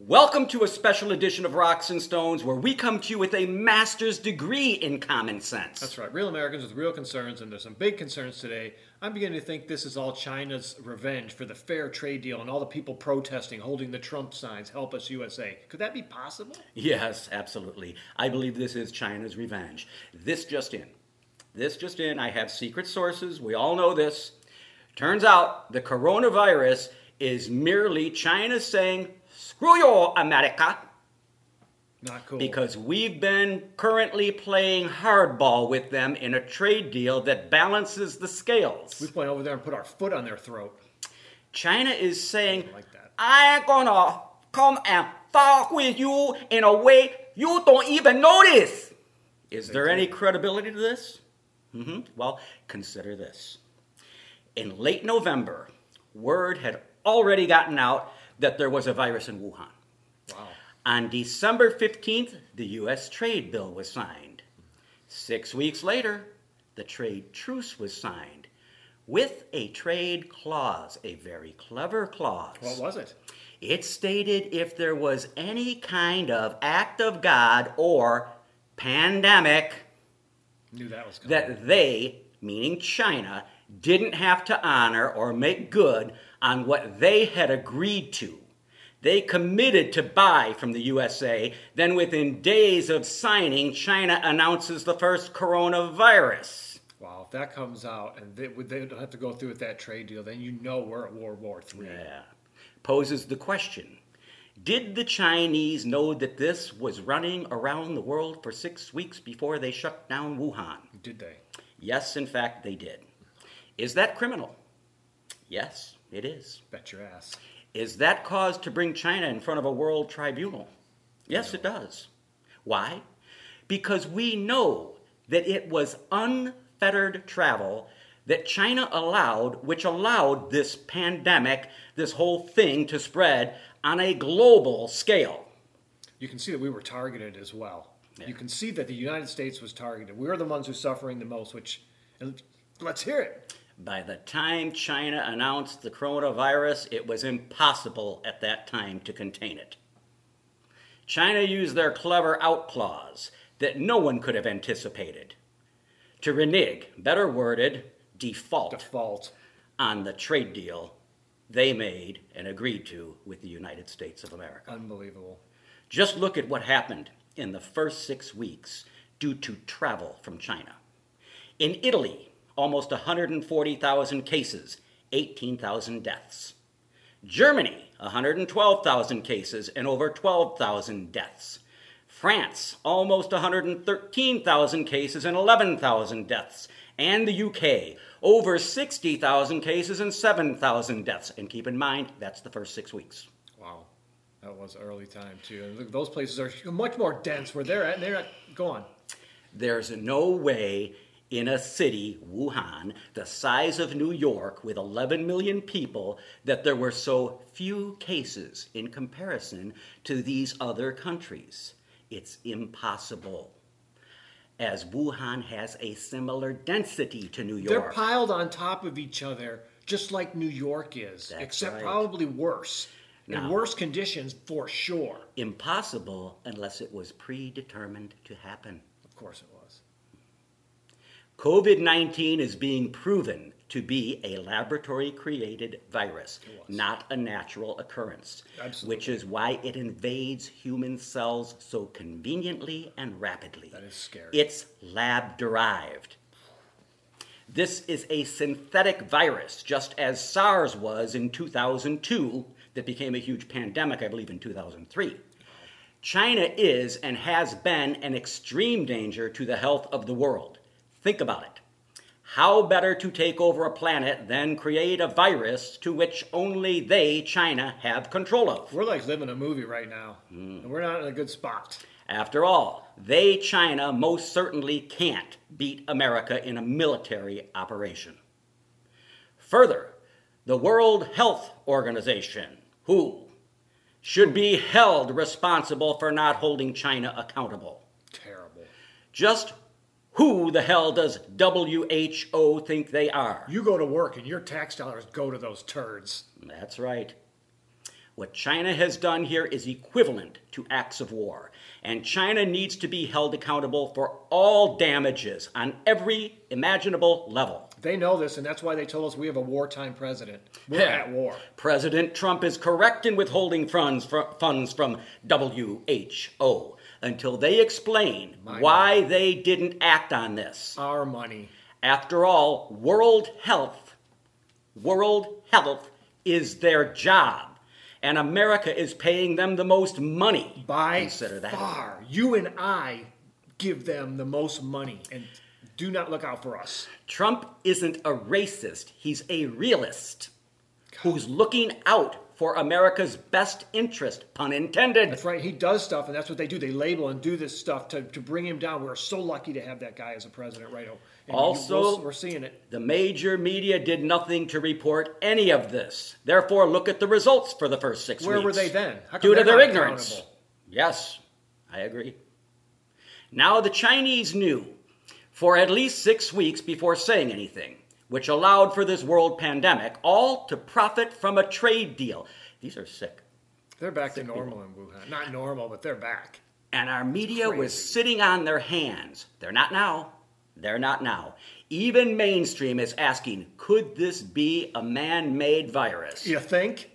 Welcome to a special edition of Rocks and Stones where we come to you with a master's degree in common sense. That's right, real Americans with real concerns, and there's some big concerns today. I'm beginning to think this is all China's revenge for the fair trade deal and all the people protesting, holding the Trump signs, Help Us USA. Could that be possible? Yes, absolutely. I believe this is China's revenge. This just in. This just in. I have secret sources. We all know this. Turns out the coronavirus is merely China saying, screw you, America, Not cool. because we've been currently playing hardball with them in a trade deal that balances the scales. we went over there and put our foot on their throat. China is saying, I like that. I ain't gonna come and fuck with you in a way you don't even notice. Is there any credibility to this? hmm Well, consider this. In late November, word had already gotten out that there was a virus in Wuhan. Wow. On December 15th, the U.S. trade bill was signed. Six weeks later, the trade truce was signed with a trade clause, a very clever clause. What was it? It stated if there was any kind of act of God or pandemic Knew that was coming. that they, meaning China, didn't have to honor or make good on what they had agreed to. They committed to buy from the USA, then within days of signing, China announces the first coronavirus. wow, if that comes out and they, they don't have to go through with that trade deal, then you know we're at World War III. Yeah. Poses the question Did the Chinese know that this was running around the world for six weeks before they shut down Wuhan? Did they? Yes, in fact, they did. Is that criminal? Yes, it is. Bet your ass. Is that cause to bring China in front of a world tribunal? Yes, it does. Why? Because we know that it was unfettered travel that China allowed, which allowed this pandemic, this whole thing to spread on a global scale. you can see that we were targeted as well. You can see that the United States was targeted. We are the ones who are suffering the most, which, and let's hear it. By the time China announced the coronavirus, it was impossible at that time to contain it. China used their clever out clause that no one could have anticipated to renege, better worded, default Default. on the trade deal they made and agreed to with the United States of America. Unbelievable. Just look at what happened in the first six weeks due to travel from China. In Italy, almost 140,000 cases, 18,000 deaths. Germany, 112,000 cases and over 12,000 deaths. France, almost 113,000 cases and 11,000 deaths. And the UK, over 60,000 cases and 7,000 deaths. And keep in mind, that's the first six weeks. Wow. That was early time, too. And look, those places are much more dense where they're at, and they're not, go on. There's no way in a city, Wuhan, the size of New York with 11 million people, that there were so few cases in comparison to these other countries. It's impossible. As Wuhan has a similar density to New They're York. piled on top of each other, just like New York is, That's except right. probably worse. Now- In worse conditions, for sure. impossible unless it was predetermined to happen. Of course it was. COVID 19 is being proven to be a laboratory created virus, was. not a natural occurrence, Absolutely. which is why it invades human cells so conveniently and rapidly. That is scary. It's lab derived. This is a synthetic virus, just as SARS was in 2002, that became a huge pandemic, I believe, in 2003. China is and has been an extreme danger to the health of the world. Think about it. How better to take over a planet than create a virus to which only they, China, have control of? We're like living a movie right now, Hmm. and we're not in a good spot. After all, they, China, most certainly can't beat America in a military operation. Further, the World Health Organization, who should be held responsible for not holding China accountable. Terrible. Just who the hell does WHO think they are? You go to work and your tax dollars go to those turds. That's right. What China has done here is equivalent to acts of war, and China needs to be held accountable for all damages on every imaginable level. They know this, and that's why they told us we have a wartime president. We're Yeah. at war. President Trump is correct in withholding funds, fr- funds from WHO until they explain why they didn't act on this. Our money. After all, world health, world health is their job, and America is paying them the most money. By Consider that. far, you and I give them the most money, and do not look out for us. Trump isn't a racist, he's a realist who's looking out for America's best interest, pun intended. That's right. He does stuff, and that's what they do. They label and do this stuff to, to bring him down. We're so lucky to have that guy as a president, right? And Also- we'll- we're seeing it. The major media did nothing to report any of this. Therefore, look at the results for the first six Where weeks. were they then? How come Due to they're their not ignorance. accountable? Yes, I agree. Now the Chinese knew for at least six weeks before saying anything, which allowed for this world pandemic, all to profit from a trade deal. These are sick. They're back to normal in Wuhan. Not normal, but they're back. And our media was sitting on their hands. They're not now. They're not now. Even mainstream is asking, could this be a man made virus? You think?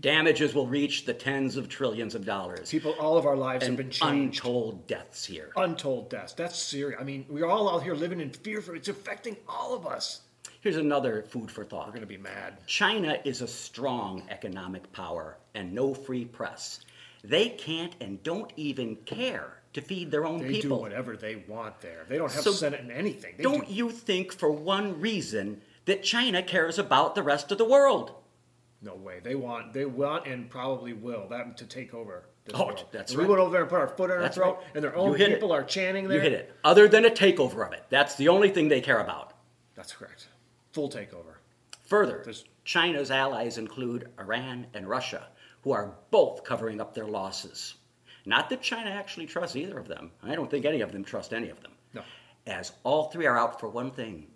Damages will reach the tens of trillions of dollars. People, all of our lives have been changed. Untold deaths here. Untold deaths. That's serious. I mean, we're all out here living in fear for it's affecting all of us. Here's another food for thought. We're gonna be mad. China is a strong economic power and no free press. They can't and don't even care to feed their own They people. do whatever they want there. They don't have So Senate and anything. They Don't do. you think for one reason that China cares about the rest of the world? No way. They want. They want and probably will that to take over. This Oh, world. that's we right. went over there and put our foot on That's our throat, right. and their You own hit it. people are chanting there. You hit it. Other than a takeover of it, that's the only thing they care about. That's correct. Full takeover. Further, There's- China's allies include Iran and Russia, who are both covering up their losses. Not that China actually trusts either of them. I don't think any of them trust any of them. No. As all three are out for one thing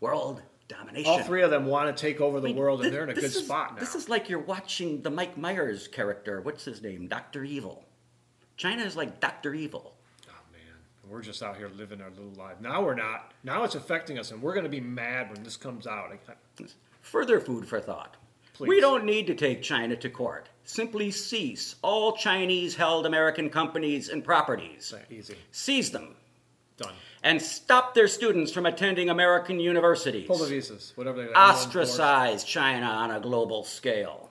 world domination. All three of them want to take over the I mean, world, and thi- they're in a this good is- spot now. This is like you're watching the Mike Myers character. What's his name? Dr. Evil. China is like Dr. Evil. Oh man, we're just out here living our little life. Now we're not. Now it's affecting us, and we're going to be mad when this comes out. I- I- Further food for thought. We Please. don't need to take China to court. Simply cease all Chinese held American companies and properties. It's easy, Seize them done. and stop their students from attending American universities. Pull the visas, whatever they Ostracize China on a global scale.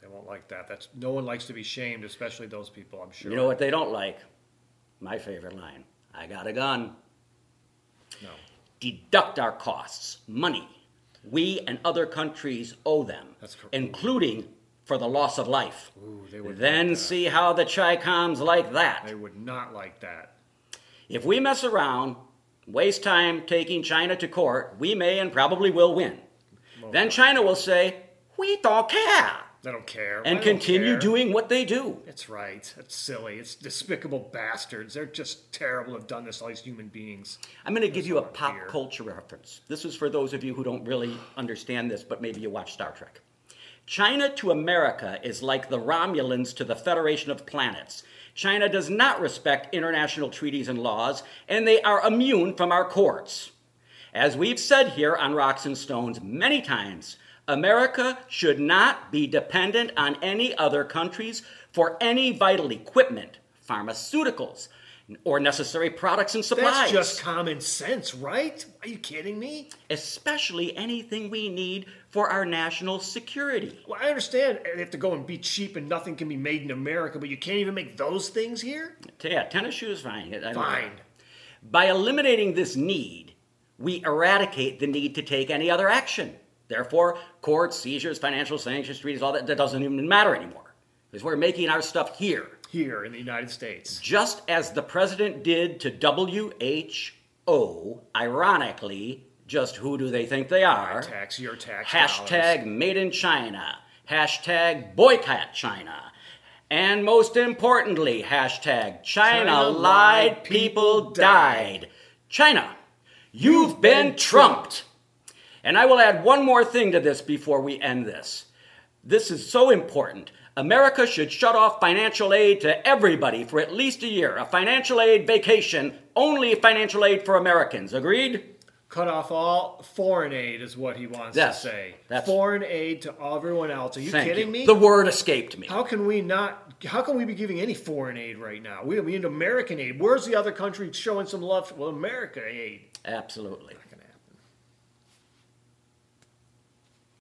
They won't like that. That's no one likes to be shamed, especially those people. I'm sure. You know what they don't like? My favorite line I got a gun. No. deduct our costs, money we and other countries owe them, That's correct. including for the loss of life. Ooh, they would then like that. see how the Chi Coms like that. They would not like that. If we mess around, waste time taking China to court, we may and probably will win. then China will say, We don't care, They don't care. and I don't continue care. doing what they do. It's right. It's silly. It's despicable bastards. They're just terrible. to Have done this to all these human beings. I'm going to give you a pop here. culture reference. This is for those of you who don't really understand this, but maybe you watch Star Trek. China to America is like the Romulans to the Federation of Planets. China does not respect international treaties and laws, and they are immune from our courts. As we've said here on Rocks and Stones many times, America should not be dependent on any other countries for any vital equipment, pharmaceuticals, or necessary products and supplies That's just common sense, right? Are you kidding me? especially anything we need for our national security. Well, I understand they have to go and be cheap and nothing can be made in America, but you can't even make those things here? Yeah, tennis shoes, fine. I don't- Fine. By eliminating this need, we eradicate the need to take any other action. Therefore, courts, seizures, financial sanctions, treaties, all that, that doesn't even matter anymore because we're making our stuff here. Here in the United States. Just as the president did to WHO, ironically, just who do they think they are? Tax your tax. dollars. Hashtag made in China. Hashtag boycott China. And most importantly, hashtag China, China lied, lied, people people died. China, you've, been, trumped. And I will add one more thing to this before we end this. This is so important. America should shut off financial aid to everybody for at least a year. A financial aid vacation, only financial aid for Americans. Agreed? Cut off all foreign aid is what he wants Yes, to say. that's- Foreign aid to everyone else. Are you Thank kidding you. me? The word escaped me. How can we not? How can we be giving any foreign aid right now? We, we need American aid. Where's the other country showing some love? Well, America aid. Absolutely.